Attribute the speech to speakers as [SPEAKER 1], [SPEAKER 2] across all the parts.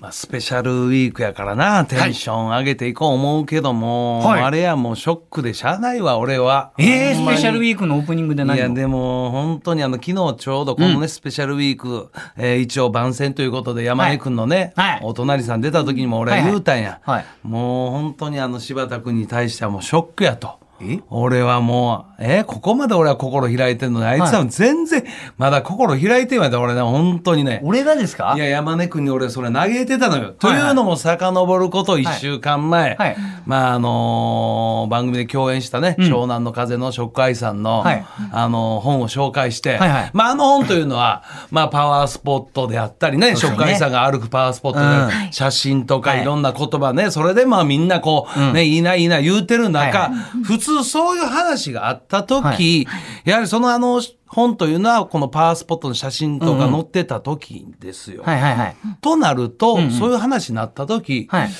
[SPEAKER 1] まあ、スペシャルウィークやからな、テンション上げていこう思うけども、
[SPEAKER 2] はい
[SPEAKER 1] あれやもうショックでしゃあないわ、俺は。
[SPEAKER 2] えー、
[SPEAKER 1] ほ
[SPEAKER 2] ス
[SPEAKER 1] んま
[SPEAKER 2] ペ
[SPEAKER 1] に
[SPEAKER 2] シャルウィークのオープニングで
[SPEAKER 1] い
[SPEAKER 2] 何
[SPEAKER 1] や、
[SPEAKER 2] を
[SPEAKER 1] でも、本当にあの、昨日ちょうどこのね、スペシャルウィーク、えー一応番宣ということで、山根くんのね、
[SPEAKER 2] はい
[SPEAKER 1] お隣さん出た時にも俺は
[SPEAKER 2] はいはい
[SPEAKER 1] 言うたんや。
[SPEAKER 2] はい
[SPEAKER 1] もう本当にあの、柴田くんに対してはもうショックやと。
[SPEAKER 2] え
[SPEAKER 1] 俺はもう、えーここまで俺は心開いてんのに、あいつは全然、まだ心開いてんやで、俺ね、本当にね。
[SPEAKER 2] 俺がですか
[SPEAKER 1] いや、山根君に俺それ嘆いてたのよ。と
[SPEAKER 2] はいいはいう
[SPEAKER 1] のも遡ること1週間前、
[SPEAKER 2] はい
[SPEAKER 1] まああのー番組で共演したね、
[SPEAKER 2] ん
[SPEAKER 1] 湘南の風の食海さんの、
[SPEAKER 2] はい
[SPEAKER 1] あのー本を紹介して、
[SPEAKER 2] はいはい
[SPEAKER 1] まああの本というのは、まあパワースポットであったりね、
[SPEAKER 2] そうですよ
[SPEAKER 1] 食
[SPEAKER 2] ね
[SPEAKER 1] 海さんが歩くパワースポットであったり
[SPEAKER 2] う
[SPEAKER 1] 写真とか
[SPEAKER 2] はい
[SPEAKER 1] いろんな言葉ね、それでまあみんなこう、ね、いいないいな言うてる中、
[SPEAKER 2] はい
[SPEAKER 1] 普通そういう話があった時、
[SPEAKER 2] は
[SPEAKER 1] やはりそのあの本というのはこのパワースポットの写真とか
[SPEAKER 2] うんうん
[SPEAKER 1] 載ってた時ですよ。
[SPEAKER 2] はいはいはい。
[SPEAKER 1] となると、
[SPEAKER 2] んうん
[SPEAKER 1] そういう話になった時、
[SPEAKER 2] はい。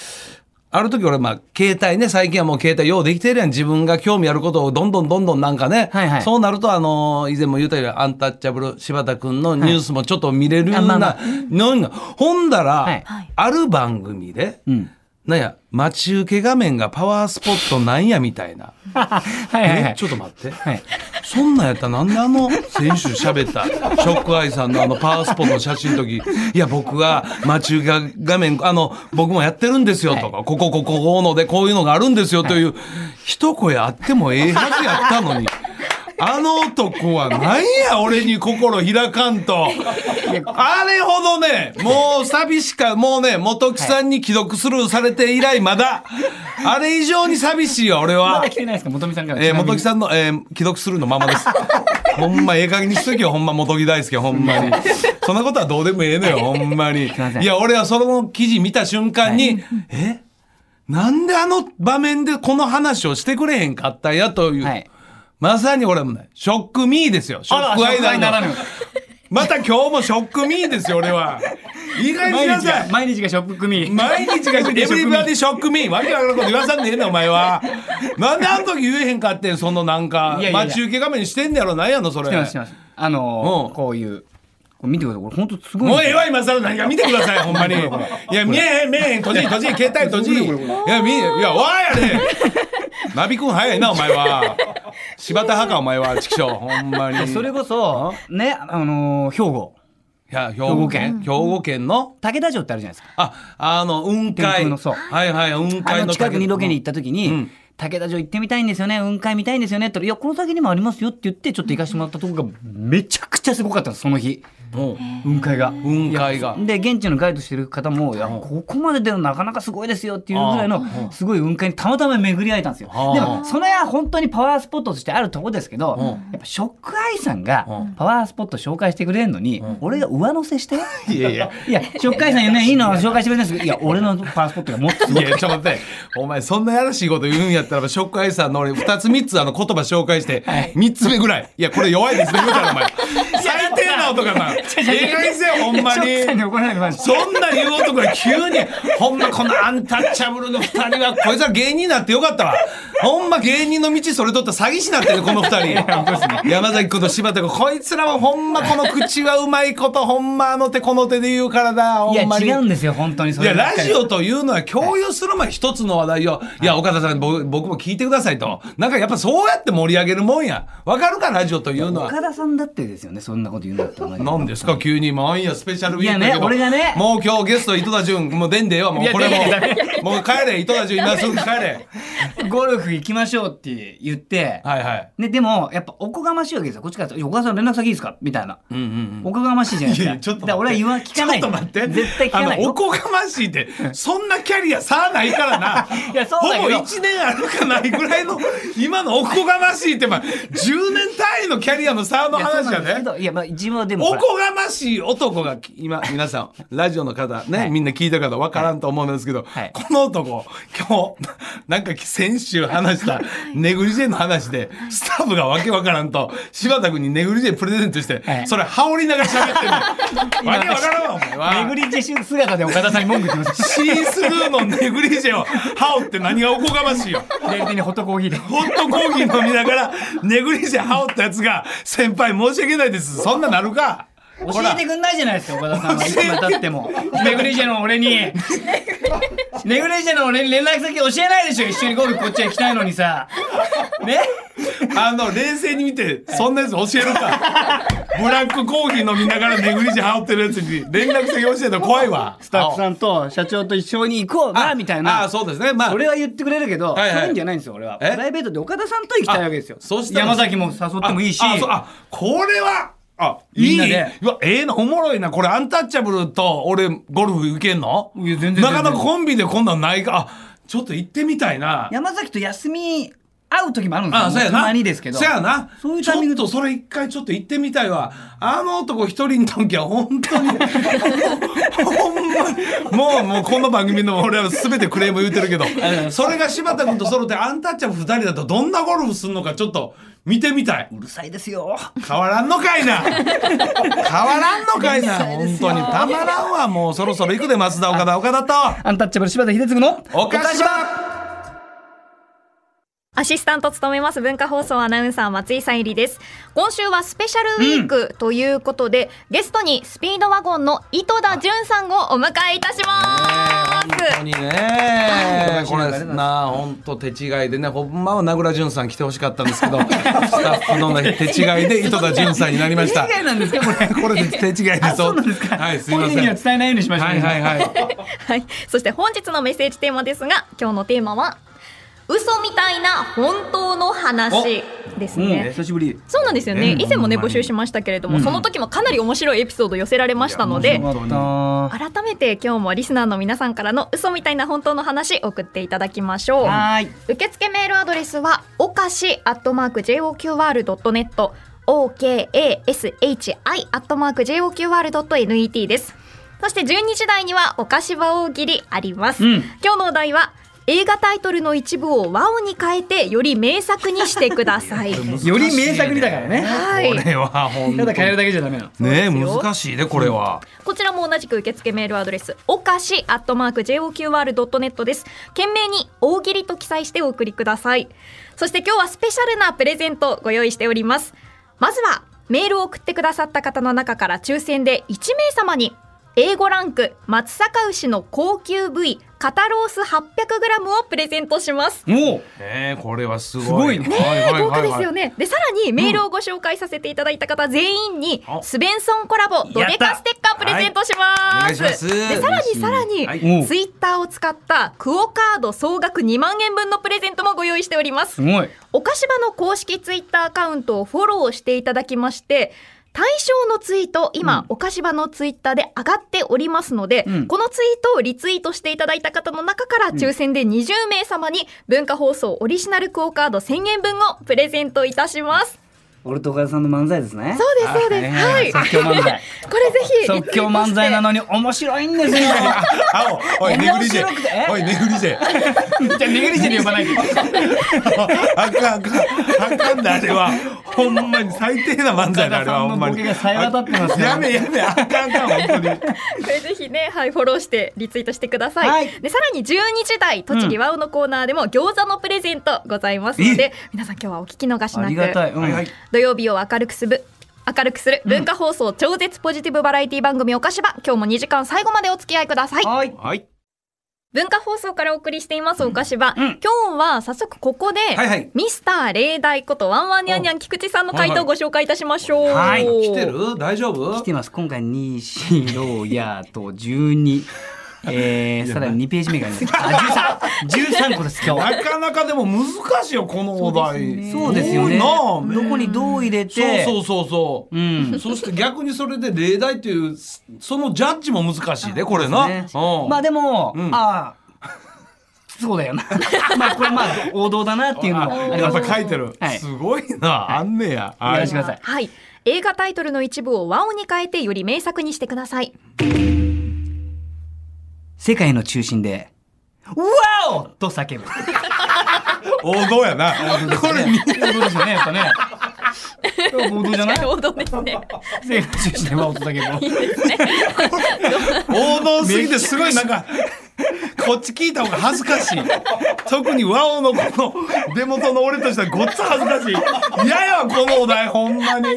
[SPEAKER 1] ある時俺、まあ、携帯ね、最近はもう携帯ようできてるやん。自分が興味あることをどんどんどんどんなんかね。
[SPEAKER 2] はいはい
[SPEAKER 1] そうなると、あのー以前も言ったように、アンタッチャブル柴田くんのニュースもちょっと見れるような、
[SPEAKER 2] あまあま
[SPEAKER 1] のにほんだら、
[SPEAKER 2] はい
[SPEAKER 1] ある番組で、
[SPEAKER 2] うん。
[SPEAKER 1] なんや、待ち受け画面がパワースポットなんやみたいな。
[SPEAKER 2] はいはいは
[SPEAKER 1] え
[SPEAKER 2] い
[SPEAKER 1] ち。ょっと待って。
[SPEAKER 2] はい。
[SPEAKER 1] そんなんやったらなんであの先週喋ったショックアイさんのあのパワースポットの写真の時いや僕は待ち受け画面あの僕もやってるんですよとか、こここここうのでこういうのがあるんですよという、一声あってもええはずやったのに。あの男はなんや俺に心開かんと。あれほどね、もう寂しか、もうね、元木さんに既読スルーされて以来まだ、あれ以上に寂しいよ俺は
[SPEAKER 2] まだ。来てないですか元美さんから。
[SPEAKER 1] えー、元木
[SPEAKER 2] ん。
[SPEAKER 1] さんの、えー、既読するのまま です。ほんま、ええ加減にしときよ、ほんま、元木大輔、ほんまに。そんなことはどうでもええのよ、ほんまに。い
[SPEAKER 2] ません
[SPEAKER 1] や、俺はその記事見た瞬間に、えなんであの場面でこの話をしてくれへんかったんやという。
[SPEAKER 2] はい
[SPEAKER 1] まさに俺もね、ショックミーですよ。ショ
[SPEAKER 2] あら、
[SPEAKER 1] ッ
[SPEAKER 2] 紹
[SPEAKER 1] クアイ
[SPEAKER 2] 介な
[SPEAKER 1] ダ
[SPEAKER 2] ら
[SPEAKER 1] ーの。。
[SPEAKER 2] ぬ
[SPEAKER 1] また今日もショックミーですよ、俺 は。意外にし
[SPEAKER 2] 毎
[SPEAKER 1] な
[SPEAKER 2] 日
[SPEAKER 1] さ
[SPEAKER 2] が
[SPEAKER 1] い、。
[SPEAKER 2] 毎日がショップ組。
[SPEAKER 1] 毎日がエブリバディショックミーわけわからんこと言わさんでええねんお前はなんであの時言えへんかってんそのなんか
[SPEAKER 2] いやいやいや
[SPEAKER 1] 待ち受け画面にしてんねやろなんやのそれ
[SPEAKER 2] 来てます来てます。あの
[SPEAKER 1] うん
[SPEAKER 2] ー、こういう。これ見てください。これ本当すごいん
[SPEAKER 1] もう
[SPEAKER 2] です
[SPEAKER 1] ええ
[SPEAKER 2] よ。
[SPEAKER 1] わ今更何か見てくださいほんま にいや見えへん見えへん閉じ閉じ携帯閉じいや見えいやわーやねナビ君早いなお前は柴田派かお前は畜生ほんまに
[SPEAKER 2] それ
[SPEAKER 1] い
[SPEAKER 2] こそ、ね、あのー、兵庫。
[SPEAKER 1] や兵庫県兵庫県の
[SPEAKER 2] 竹田城ってあるじゃないですか。
[SPEAKER 1] ああの雲
[SPEAKER 2] 天
[SPEAKER 1] 海
[SPEAKER 2] 空のそう
[SPEAKER 1] はいはい雲
[SPEAKER 2] あ
[SPEAKER 1] 海の
[SPEAKER 2] の近くにロケに行った時に、
[SPEAKER 1] うん
[SPEAKER 2] 竹田城行ってみたいんですよね雲海見たいんですよねって言ったら「いやこの先にもありますよ」って言ってちょっと行かしてもらったとこがめちゃくちゃすごかったんですその日
[SPEAKER 1] うん
[SPEAKER 2] 雲海が。
[SPEAKER 1] 雲海が
[SPEAKER 2] で現地のガイドしてる方も「いやここまで出るのなかなかすごいですよ」っていうぐらいのすごい雲海にたまたま巡り合えたんですよ
[SPEAKER 1] ああ
[SPEAKER 2] でもそれは本当にパワースポットとしてあるとこですけどやっぱショックアイさんがパワースポット紹介してくれるのに俺が上乗せして「 いやいやいやショックアイさんよねいいの紹介してくれるんですけどいや俺のパワースポットがもっとす
[SPEAKER 1] い
[SPEAKER 2] ごい
[SPEAKER 1] や、ちょっと待って。お前、そんなやらしいこと言うんやったらば、ショックアイさんの俺、二つ三つあの言葉紹介して、三つ目ぐらい。いや、これ弱いですね、みたいな、お前。最低な男が、まあ、ええ加減にせよ、ほんま
[SPEAKER 2] ショックさん
[SPEAKER 1] に。
[SPEAKER 2] に怒られてました
[SPEAKER 1] そんな言う男が急に、ほんまこのアンタッチャブルの二人は、こいつは芸人になってよかったわ。ほんま芸人の道それとったら詐欺師になってる、この二人。山崎君と柴田君、こいつらはほんまこの口がうまいこと、ほんまあの手この手で言うからな、ほ
[SPEAKER 2] い
[SPEAKER 1] んまに。
[SPEAKER 2] や違うんですよ本当にそ
[SPEAKER 1] い
[SPEAKER 2] れ
[SPEAKER 1] や、ラジ
[SPEAKER 2] オ
[SPEAKER 1] オというのは共有する前に一つの話題を、いや、岡田さん、僕僕も聞いてくださいと。なんかやっぱそうやって盛り上げるもんや。わかるか、ラジオというのは。
[SPEAKER 2] 岡田さんだってですよねそんなこと言うんだったら
[SPEAKER 1] なんですか急に毎夜スペシャルウィークだけど
[SPEAKER 2] いやね俺がね
[SPEAKER 1] もう今日ゲスト井戸田潤もう出んでええわもうこれも
[SPEAKER 2] いや出
[SPEAKER 1] うもう帰れ井戸田潤今すぐ帰れ
[SPEAKER 2] ゴルフ行きましょうって言って、
[SPEAKER 1] はいはい
[SPEAKER 2] ね、でも、やっぱおこがましいわけですよ。こっちからすると、いや岡田さん連絡先いいですかみたいな。
[SPEAKER 1] うんうんうん
[SPEAKER 2] おこがましいじゃないですか。だから俺は言わ、聞かない。
[SPEAKER 1] ちょっと待って
[SPEAKER 2] 絶対聞かない。
[SPEAKER 1] あのおこがましいってそんなキャリア差ないからな
[SPEAKER 2] いやそうだけ
[SPEAKER 1] ほ
[SPEAKER 2] ど
[SPEAKER 1] ぼ1年あるかないぐらいの今のおこがましいって、まあ、10年単位のキャリアの差の
[SPEAKER 2] いやそう
[SPEAKER 1] 話
[SPEAKER 2] な
[SPEAKER 1] や
[SPEAKER 2] んですけ
[SPEAKER 1] ね
[SPEAKER 2] どいや、まあ、自分はでもほ
[SPEAKER 1] お
[SPEAKER 2] ら、
[SPEAKER 1] こがましい男が今皆さんラジオの方ね、
[SPEAKER 2] はい
[SPEAKER 1] みんな聞いた方分からんと思うんですけど、
[SPEAKER 2] はい
[SPEAKER 1] この男今日なんか先週話したネグリジェの話でスタッフがわけわからんと柴田君にネグリジェプレゼントして、
[SPEAKER 2] はい
[SPEAKER 1] それ羽織りながら喋 ってるのわけわからんわお前は。
[SPEAKER 2] 巡り自身姿で岡田さんに文句言ってま す。
[SPEAKER 1] シースルーのネグリジェを羽織って何がおこがましいよ。
[SPEAKER 2] 左手にホットコーヒーで。
[SPEAKER 1] ホットコーヒー飲みながらネグリジェ羽織ったやつが先輩申し訳ないです。そんななるか。
[SPEAKER 2] 教えてくんないじゃないですか、岡田さんはいつまで経っても。ネグレジェの俺に。ネグレジェの俺に連絡先教えないでしょ、一緒にゴルフこっちへ来たいのにさ。ね
[SPEAKER 1] あの、冷静に見て、そんなやつ教えるか。ブラックコーヒー飲みながらネグリジェ羽織ってるやつに連絡先教えるの怖いわ。
[SPEAKER 2] スタッフさんと社長と一緒に行こうな、みたいな。
[SPEAKER 1] ああ、そうですね。まあ、
[SPEAKER 2] それは言ってくれるけど、
[SPEAKER 1] はいはい
[SPEAKER 2] そういうんじゃないんですよ、俺は。プ
[SPEAKER 1] え
[SPEAKER 2] ライベートで岡田さんと行きたいわけですよ。
[SPEAKER 1] あそうしたら
[SPEAKER 2] 山崎も誘ってもいいし。
[SPEAKER 1] ああそうあこれはあ
[SPEAKER 2] み
[SPEAKER 1] い
[SPEAKER 2] ん
[SPEAKER 1] い
[SPEAKER 2] な
[SPEAKER 1] わ
[SPEAKER 2] で
[SPEAKER 1] ええなおもろいなこれアンタッチャブルと俺ゴルフ行けんの
[SPEAKER 2] いや全然
[SPEAKER 1] なかな
[SPEAKER 2] 全
[SPEAKER 1] か
[SPEAKER 2] 然
[SPEAKER 1] コンビでこんなんないかあちょっと行ってみたいな
[SPEAKER 2] 山崎と休み会う時もあるんですよ。
[SPEAKER 1] あそうやな
[SPEAKER 2] たまにですけど。
[SPEAKER 1] そうやな
[SPEAKER 2] そういうタイミング
[SPEAKER 1] ちょっとそれ一回ちょっと行ってみたいわあの男一人の時は本当 にほんまにもうもうこの番組の俺は全てクレーム言うてるけどそれが柴田君と揃ってアンタッチャブル二人だとどんなゴルフすんのかちょっと見てみたいう
[SPEAKER 2] るさいですよ。
[SPEAKER 1] 変わらんのか いな変わらんのかいな
[SPEAKER 2] そうで
[SPEAKER 1] 本
[SPEAKER 2] すよ
[SPEAKER 1] 当にたまらんわもうそろそろ行くで松田岡田岡田
[SPEAKER 2] アンタッチャブル柴田秀嗣の
[SPEAKER 1] とおかしば
[SPEAKER 3] アシスタントを務めます文化放送アナウンサー松井さゆりです。今週はスペシャルウィークということで、ゲストにスピードワゴンの井戸田潤さんをお迎えいたします。
[SPEAKER 1] にね
[SPEAKER 2] い
[SPEAKER 1] これなあ本当手違いでねほんまは名倉潤さん来てほしかったんですけど スタッフのね手違いで井戸田潤さんになりました
[SPEAKER 2] 以外なんですか、これ。
[SPEAKER 1] これ手違いです
[SPEAKER 2] あ、そうなんですか。
[SPEAKER 1] はいすいませ
[SPEAKER 2] 本人
[SPEAKER 1] ん
[SPEAKER 2] には伝えないようにしました
[SPEAKER 1] は
[SPEAKER 2] ね。
[SPEAKER 1] いはいはい
[SPEAKER 3] はい、そして本日のメッセージテーマですが、今日のテーマは。嘘みたいな本当の話です
[SPEAKER 2] うん
[SPEAKER 3] ね。
[SPEAKER 2] 久しぶり。
[SPEAKER 3] そうなんですよね。
[SPEAKER 1] ね
[SPEAKER 3] 以前もね
[SPEAKER 1] ほんま
[SPEAKER 3] 募
[SPEAKER 1] に
[SPEAKER 3] 集しましたけれども、その時もかなり面白いエピソード寄せられましたので、
[SPEAKER 2] よかっ
[SPEAKER 3] 改めて今日もリスナーの皆さんからの嘘みたいな本当の話送っていただきましょう
[SPEAKER 2] た。はーい。
[SPEAKER 3] 受付メールアドレスはおかし @joqr.net okashi アットマーク joqr.net です。そして12時台にはおかし場大喜利あります。
[SPEAKER 2] うん
[SPEAKER 3] 今日のお題は映画タイトルの一部を和音に変えてより名作にしてください。
[SPEAKER 2] より名作にだからね。
[SPEAKER 3] はい。
[SPEAKER 1] これは本
[SPEAKER 2] た
[SPEAKER 1] 当
[SPEAKER 2] だ
[SPEAKER 1] に
[SPEAKER 2] 変えるだけじゃダメなの。
[SPEAKER 1] ね難しいねこれは
[SPEAKER 3] こちらも同じく受付メールアドレス、おかし @joqr.net です。懸命に大喜利と記載してお送りください。そして今日はスペシャルなプレゼントをご用意しております。まずは、メールを送ってくださった方の中から抽選で1名様に、A5 ランク松阪牛の高級部位肩ロース 800g をプレゼントします。
[SPEAKER 2] もう。
[SPEAKER 1] ねこれはすごい
[SPEAKER 2] すごいね
[SPEAKER 1] はいはいはい
[SPEAKER 3] 豪
[SPEAKER 1] はい
[SPEAKER 3] 華ですよね。で、さらにメールをご紹介させていただいた方全員に、
[SPEAKER 1] あ
[SPEAKER 3] スベンソンコラボドデカステッカープレゼントします。
[SPEAKER 1] お願いします
[SPEAKER 3] でさらにさら
[SPEAKER 1] はい
[SPEAKER 3] に、
[SPEAKER 2] もう。
[SPEAKER 3] ツイッターを使ったクオカード総額2万円分のプレゼントもご用意しております
[SPEAKER 2] す。ごい。
[SPEAKER 3] おかしばの公式ツイッターアカウントをフォローしていただきまして、対象のツイート、今、おかしばのツイッターで上がっておりますので、
[SPEAKER 2] うん
[SPEAKER 3] このツイートをリツイートしていただいた方の中から抽選で20名様に文化放送オリジナルクオカード1000円分をプレゼントいたします。
[SPEAKER 2] 俺と岡田さんの漫才ですね
[SPEAKER 3] そうです、そうです。はい。
[SPEAKER 2] 即興漫才。
[SPEAKER 3] これぜひ。
[SPEAKER 2] 即興漫才なのに面白いんですよ。
[SPEAKER 1] あおおい、ネグリジェ
[SPEAKER 2] 面白くてえ。
[SPEAKER 1] おい、ネグリジェ。
[SPEAKER 2] じゃあ、ネグリジェで呼ばないで。
[SPEAKER 1] あかん、あかん、あかんで、あれは。ほんまに最低な漫才だ、あれは、ほんま
[SPEAKER 2] 岡
[SPEAKER 1] に。
[SPEAKER 2] 田さんのボケが冴え渡ってますよ
[SPEAKER 1] やめ、やめ、あかん、あかん、本当に。
[SPEAKER 3] これぜひね、はい、フォローしてリツイートしてください。
[SPEAKER 2] はい
[SPEAKER 3] でさらに12時台栃木ワオのコーナーでも餃子のプレゼントございますので、皆さん今日はお聞き逃し
[SPEAKER 2] あ
[SPEAKER 3] な
[SPEAKER 2] りがたい。
[SPEAKER 3] く
[SPEAKER 2] うん
[SPEAKER 1] はいはい
[SPEAKER 3] 土曜日を明るくする明るくする文化放送超絶ポジティブバラエティ番組おかしば今日も2時間最後までお付き合いください。
[SPEAKER 2] はい。
[SPEAKER 1] はい。
[SPEAKER 3] 文化放送からお送りしていますおかしば、
[SPEAKER 2] うん
[SPEAKER 3] 今日は早速ここで、
[SPEAKER 1] はいはい
[SPEAKER 3] ミスター例題ことワンワンニャンニャン菊池さんの回答をご紹介いたしましょう。
[SPEAKER 2] はい
[SPEAKER 1] 来てる大丈夫
[SPEAKER 2] 来てます。今回2、4、6、やーと12。えー、さらに2ページ目があり ます。あ、13。13個です、今日。
[SPEAKER 1] なかなかでも難しいよ、このお題。
[SPEAKER 2] そうですよね。
[SPEAKER 1] 多
[SPEAKER 2] ど
[SPEAKER 1] いな
[SPEAKER 2] こにどう入れて。
[SPEAKER 1] そうそうそうそうう。
[SPEAKER 2] ん。
[SPEAKER 1] そして逆にそれで例題っていう、そのジャッジも難しいね、これな。
[SPEAKER 2] ね
[SPEAKER 1] うん
[SPEAKER 2] まあでも、
[SPEAKER 1] うん
[SPEAKER 2] ああ、そうだよな。 まあこれまあ王道だなっていうのもあり
[SPEAKER 1] や
[SPEAKER 2] ま
[SPEAKER 1] っ
[SPEAKER 2] す。
[SPEAKER 1] ぱ書いてる
[SPEAKER 2] はい。
[SPEAKER 1] すごいな、あんねや。
[SPEAKER 2] お
[SPEAKER 1] は
[SPEAKER 2] 願い
[SPEAKER 1] い
[SPEAKER 2] します。
[SPEAKER 3] はい。映画タイトルの一部を和音に変えてより名作にしてください。
[SPEAKER 2] 世界の中心で、ワオと叫ぶ。
[SPEAKER 1] 王道やな。これ、
[SPEAKER 2] 王道ですよね、やっぱ ね。王道じゃない
[SPEAKER 3] 王道ですね。
[SPEAKER 2] 世界の中心でワオと叫ぶ。
[SPEAKER 1] 王道すぎてすごいなんかこっち聞いた方が恥ずかしい特に和王のこの出元の俺としてはごっつ恥ずかしい嫌やわこのお題ほんまに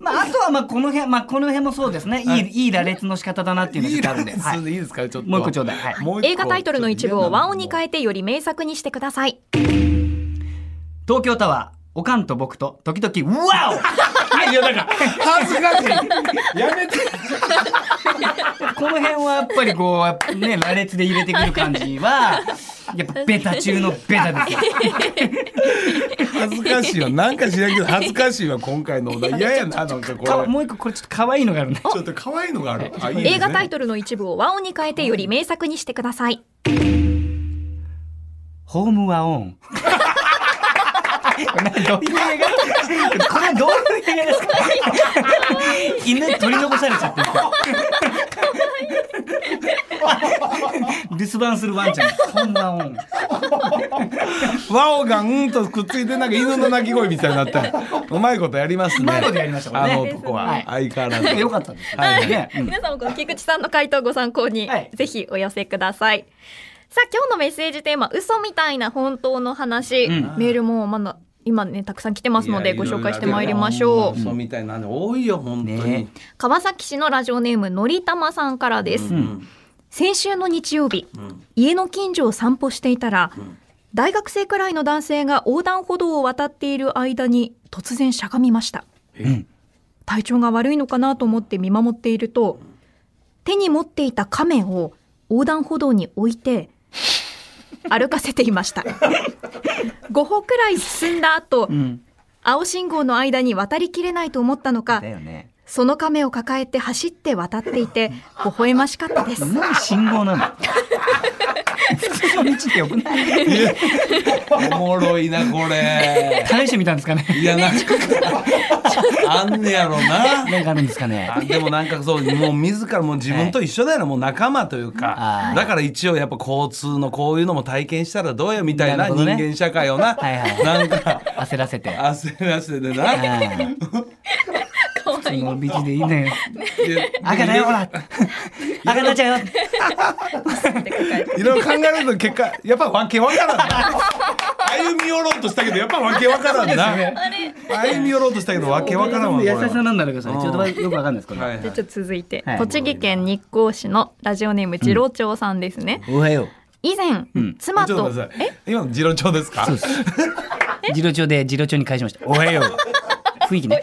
[SPEAKER 2] ままあ、あとはまあこの辺、まあ、この辺もそうですね、いい、いい羅列の仕方だなっていうのがちょっとあるんで、はい
[SPEAKER 1] いいですかちょっと
[SPEAKER 2] もう一個ちょうだいはい
[SPEAKER 1] もう一個
[SPEAKER 3] 映画タイトルの一部を和音に変
[SPEAKER 1] え
[SPEAKER 3] えてより名作にしてください。
[SPEAKER 2] 東京タワー、おかんと僕と、時々、うわ
[SPEAKER 1] いやなんか恥ずかしいやめて
[SPEAKER 2] おこの辺はやっぱりこう、やっぱね、羅列で入れてくる感じは、やっぱベタ中のベタですよ。
[SPEAKER 1] 恥ずかしいわなんか知らんけど恥ずかしいわ今回のお題嫌やななんかこれ
[SPEAKER 2] かもう一個これちょっと可愛いのがあるんで。
[SPEAKER 1] ちょっと可愛いのがあるあいいですね
[SPEAKER 3] 映画タイトルの一部を和音に変えてより名作にしてください。
[SPEAKER 2] ホームはオン。これどういう映画これどういう映画ですか犬取り残されちゃってる留守番するワンちゃんホームはオン
[SPEAKER 1] ワオがうんとくっついてなんか犬の鳴き声みたいになったうまいことやりますねう
[SPEAKER 2] まいことやりましたもんね
[SPEAKER 1] あの男は
[SPEAKER 2] はい
[SPEAKER 1] 相変わらず
[SPEAKER 2] よかったですね
[SPEAKER 1] はい
[SPEAKER 2] ねうん
[SPEAKER 3] 皆さんもこの菊池さんの回答をご参考に、
[SPEAKER 2] はい
[SPEAKER 3] ぜひお寄せください。さあ今日のメッセージテーマ「嘘みたいな本当の話」
[SPEAKER 2] うん
[SPEAKER 3] メールもまだ今ねたくさん来てますのでご紹介してまいりましょう。
[SPEAKER 1] そうみたいなの多いよ本当に
[SPEAKER 2] ね
[SPEAKER 3] 川崎市のラジオネームのりたまさんからです。
[SPEAKER 1] うん
[SPEAKER 3] 先週の日曜日、
[SPEAKER 1] ん
[SPEAKER 3] 家の近所を散歩していたら、大学生くらいの男性が横断歩道を渡っている間に突然しゃがみました、
[SPEAKER 2] ん
[SPEAKER 3] 体調が悪いのかなと思って見守っていると手に持っていた仮面を横断歩道に置いて歩かせていまし た5歩くらい進んだ後、
[SPEAKER 2] うん
[SPEAKER 3] 青信号の間に渡りきれないと思ったのか
[SPEAKER 2] だよね
[SPEAKER 3] その亀を抱えて走って渡ってい て微笑ましかったです
[SPEAKER 2] 何信号なの普通の道でよく ない
[SPEAKER 1] おもろいなこれ
[SPEAKER 2] 試してみたんですかね
[SPEAKER 1] いやなんかあんねやろな
[SPEAKER 2] 何かあるんですかね
[SPEAKER 1] あでもなんかそうもう自らもう自分と一緒だよな、もう仲間という
[SPEAKER 2] は
[SPEAKER 1] か
[SPEAKER 2] い
[SPEAKER 1] だから一応やっぱ交通のこういうのも体験したらどうよみたいな
[SPEAKER 2] なる
[SPEAKER 1] 人
[SPEAKER 2] ほどね
[SPEAKER 1] 間社会をな
[SPEAKER 2] はいはい
[SPEAKER 1] なんか
[SPEAKER 2] 焦らせて
[SPEAKER 1] 焦らせてな
[SPEAKER 2] はい
[SPEAKER 3] 可
[SPEAKER 2] そ
[SPEAKER 3] 愛い
[SPEAKER 2] の道でいいね
[SPEAKER 1] で
[SPEAKER 2] 赤だよほ ら赤になっちゃうよ
[SPEAKER 1] いろいろ考えると結果やっぱわけわ からんな歩み寄ろうとしたけどやっぱわけわからんな、歩み寄ろうとしたけどわけわからんわこれ
[SPEAKER 2] 優
[SPEAKER 1] は
[SPEAKER 2] しさなんだろうけどさ、ちょっとよくわかんないですこれ。
[SPEAKER 1] はいはい
[SPEAKER 3] じゃあちょっと続いて、
[SPEAKER 2] はい
[SPEAKER 3] 栃木県日光市のラジオネーム次郎長さんですね、
[SPEAKER 2] おはよ
[SPEAKER 3] 以前、妻
[SPEAKER 1] ちょっ
[SPEAKER 3] と
[SPEAKER 1] と待ってくだ
[SPEAKER 3] え
[SPEAKER 1] さい今の次郎長ですか
[SPEAKER 2] う。う。ジロ帳でジロ帳に返しました。おはよう。雰囲気ね。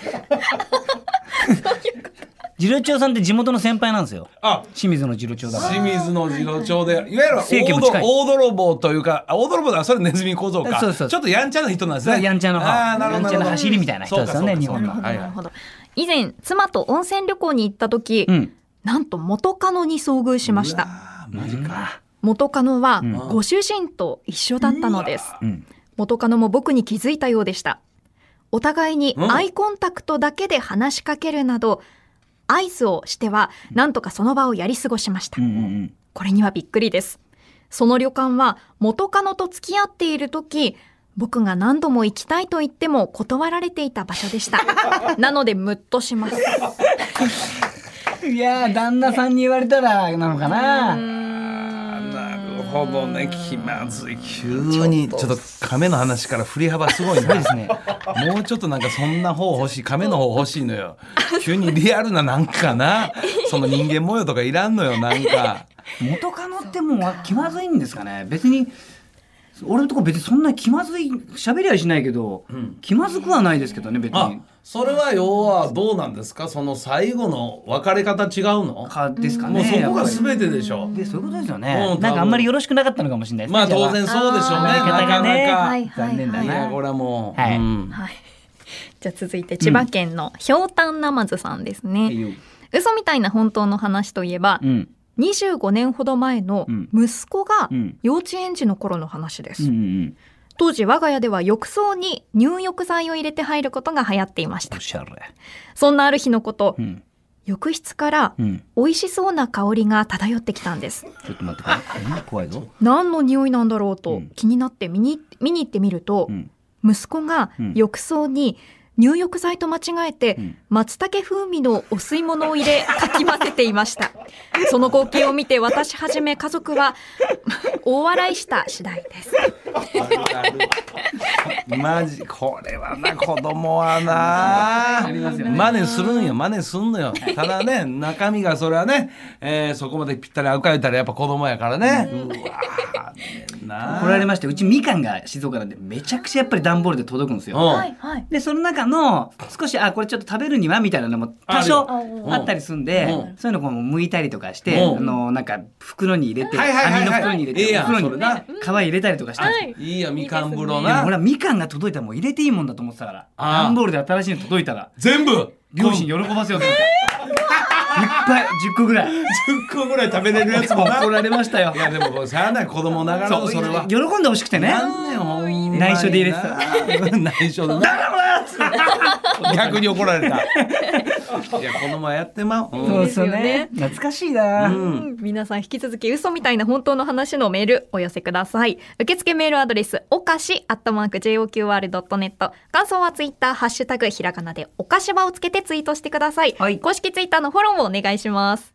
[SPEAKER 2] ジロ帳さんって地元の先輩なんですよ。
[SPEAKER 1] あ
[SPEAKER 2] 清水のジロ帳だから。
[SPEAKER 1] 清水の次郎長でいわゆる
[SPEAKER 2] 正
[SPEAKER 1] 大
[SPEAKER 2] 規も
[SPEAKER 1] ど
[SPEAKER 2] 近い
[SPEAKER 1] 大泥棒というかあ大泥棒だそれネズミ小僧か
[SPEAKER 2] そうそう
[SPEAKER 1] ちょっとやんちゃな人なんですね
[SPEAKER 2] やんちゃの
[SPEAKER 1] ああなるほ
[SPEAKER 2] やん
[SPEAKER 1] ど
[SPEAKER 2] ち
[SPEAKER 1] る
[SPEAKER 2] ゃの
[SPEAKER 1] ほど
[SPEAKER 2] 走りみたいな人です
[SPEAKER 1] そ
[SPEAKER 2] よね、
[SPEAKER 1] うか
[SPEAKER 2] 日
[SPEAKER 1] そうか
[SPEAKER 2] 本の。
[SPEAKER 1] は
[SPEAKER 3] ないるほど以前妻と温泉旅行に行った時、
[SPEAKER 2] うん。
[SPEAKER 3] なんと元カノに遭遇しました
[SPEAKER 1] あーマジか
[SPEAKER 3] 元カノはご主人と一緒だったのです、
[SPEAKER 2] うん。
[SPEAKER 3] 元カノも僕に気づいたようでしたお互いに
[SPEAKER 1] うん
[SPEAKER 3] アイコンタクトだけで話しかけるなど合図をしてはなんとかその場をやり過ごしました、
[SPEAKER 2] うんうん
[SPEAKER 3] これにはびっくりです。その旅館は元カノと付き合っている時、僕が何度も行きたいと言っても断られていた場所 でした。なのでムッとします。
[SPEAKER 2] うん。いやー、旦那さんに言われたらなのかな。
[SPEAKER 1] なるほどね気まずい急にちょっと亀の話から振り幅すごいな
[SPEAKER 2] ですね。
[SPEAKER 1] もうちょっとなんかそんな方欲しい亀の方欲しいのよ急にリアルななんかなその人間模様とかいらんのよなんか
[SPEAKER 2] 元カノってもう気まずいんですかね。別に。俺のとこ別にそんな気まずい喋りはしないけど、気まずくはないですけどね別
[SPEAKER 1] あ
[SPEAKER 2] に
[SPEAKER 1] それは要はどうなんですかその最後の別れ方違うの
[SPEAKER 2] かですかね
[SPEAKER 1] もうそこ
[SPEAKER 2] やっ
[SPEAKER 1] が
[SPEAKER 2] ぱり
[SPEAKER 1] 全てでしょ
[SPEAKER 2] でそういうことですよ
[SPEAKER 1] う
[SPEAKER 2] ね
[SPEAKER 1] ん。
[SPEAKER 2] なんかあんまりよろしくなかったのかもしれないですね。
[SPEAKER 1] まあ当然
[SPEAKER 2] じゃ
[SPEAKER 1] そうでしょうね
[SPEAKER 2] あ
[SPEAKER 1] な
[SPEAKER 2] ー
[SPEAKER 1] か
[SPEAKER 2] ね
[SPEAKER 1] なか
[SPEAKER 2] 残念だ
[SPEAKER 1] いや
[SPEAKER 2] な。
[SPEAKER 1] これはもう、
[SPEAKER 2] はい
[SPEAKER 1] うん
[SPEAKER 3] はい。じゃあ続いて千葉県のひょうたんなまずさんですね。嘘みたいな本当の話といえば
[SPEAKER 2] う、ん
[SPEAKER 3] 25年ほど前の息子が
[SPEAKER 2] うん
[SPEAKER 3] 幼稚園児の頃の話で
[SPEAKER 2] う
[SPEAKER 3] す。
[SPEAKER 2] んうん。
[SPEAKER 3] 当時我が家では浴槽に入浴剤を入れて入ることが流行っていました
[SPEAKER 2] お。しゃれ。
[SPEAKER 3] そんなある日のこと
[SPEAKER 2] う、ん
[SPEAKER 3] 浴室から
[SPEAKER 2] うん。
[SPEAKER 3] 美味しそうな香りが漂ってきたんです
[SPEAKER 2] ちょっと待ってくれ。うん怖いぞ。
[SPEAKER 3] 何の匂いなんだろう
[SPEAKER 2] う
[SPEAKER 3] と
[SPEAKER 2] ん
[SPEAKER 3] 気になって見に見に行ってみると
[SPEAKER 2] う、ん
[SPEAKER 3] 息子が
[SPEAKER 2] うん
[SPEAKER 3] 浴槽に入浴剤と間違えて、松茸風味のお吸い物を入れ、かき混ぜていました。その光景を見て、私はじめ家族は、大笑いした次第です。
[SPEAKER 1] マジこれはな子供はな
[SPEAKER 2] ありますよね
[SPEAKER 1] 真似するんよ真似すんのよただね中身がそれはね、えーそこまでぴったり合うか言うたらやっぱ子供やからね、うわーな
[SPEAKER 2] 怒られましてうちみかんが静岡なんでめちゃくちゃやっぱり段ボールで届くんですよ。
[SPEAKER 1] うん
[SPEAKER 3] はい、はい。
[SPEAKER 2] でその中の少しあこれちょっと食べるにはみたいなのも多少
[SPEAKER 3] あるよ
[SPEAKER 2] あったりするんで
[SPEAKER 1] うん
[SPEAKER 2] そういうのこう剥いたりとかして
[SPEAKER 1] うん
[SPEAKER 2] あのなんか袋に入れて
[SPEAKER 1] はいはいはいはい
[SPEAKER 2] 紙の袋に入れ
[SPEAKER 1] ええ
[SPEAKER 2] て
[SPEAKER 1] や
[SPEAKER 2] お
[SPEAKER 1] ん
[SPEAKER 2] 袋に
[SPEAKER 1] それな
[SPEAKER 2] 皮入れたりとかしてたんですよ。
[SPEAKER 3] はい。
[SPEAKER 1] いいやみかん風呂
[SPEAKER 2] でも
[SPEAKER 1] な
[SPEAKER 2] ほらみかんが届いたらもう入れていいもんだと思ってたから
[SPEAKER 1] ああ
[SPEAKER 2] 段ボールで新しいの届いたら
[SPEAKER 1] 全部
[SPEAKER 2] 両 親喜ばせようと思って。いっぱい10個ぐらい
[SPEAKER 1] 10個ぐらい食べれるやつもな
[SPEAKER 2] 怒られましたよ
[SPEAKER 1] い。やでもこれしゃあない子供ながら
[SPEAKER 2] そ
[SPEAKER 1] の
[SPEAKER 2] う
[SPEAKER 1] それは
[SPEAKER 2] 喜んでほしくてね。
[SPEAKER 1] なんねんほんまにな
[SPEAKER 2] 内緒で入れて
[SPEAKER 1] 内緒 でな逆に怒られたいや子供はやってまう、
[SPEAKER 2] そううんですよね。懐かしいな。
[SPEAKER 1] うん
[SPEAKER 3] 皆さん引き続き嘘みたいな本当の話のメールお寄せください受付メールアドレスおかし @joqr.net 感想はツイッターハッシュタグひらがなでおかしばをつけてツイートしてください、
[SPEAKER 2] はい
[SPEAKER 3] 公式ツイッターのフォローをお願いします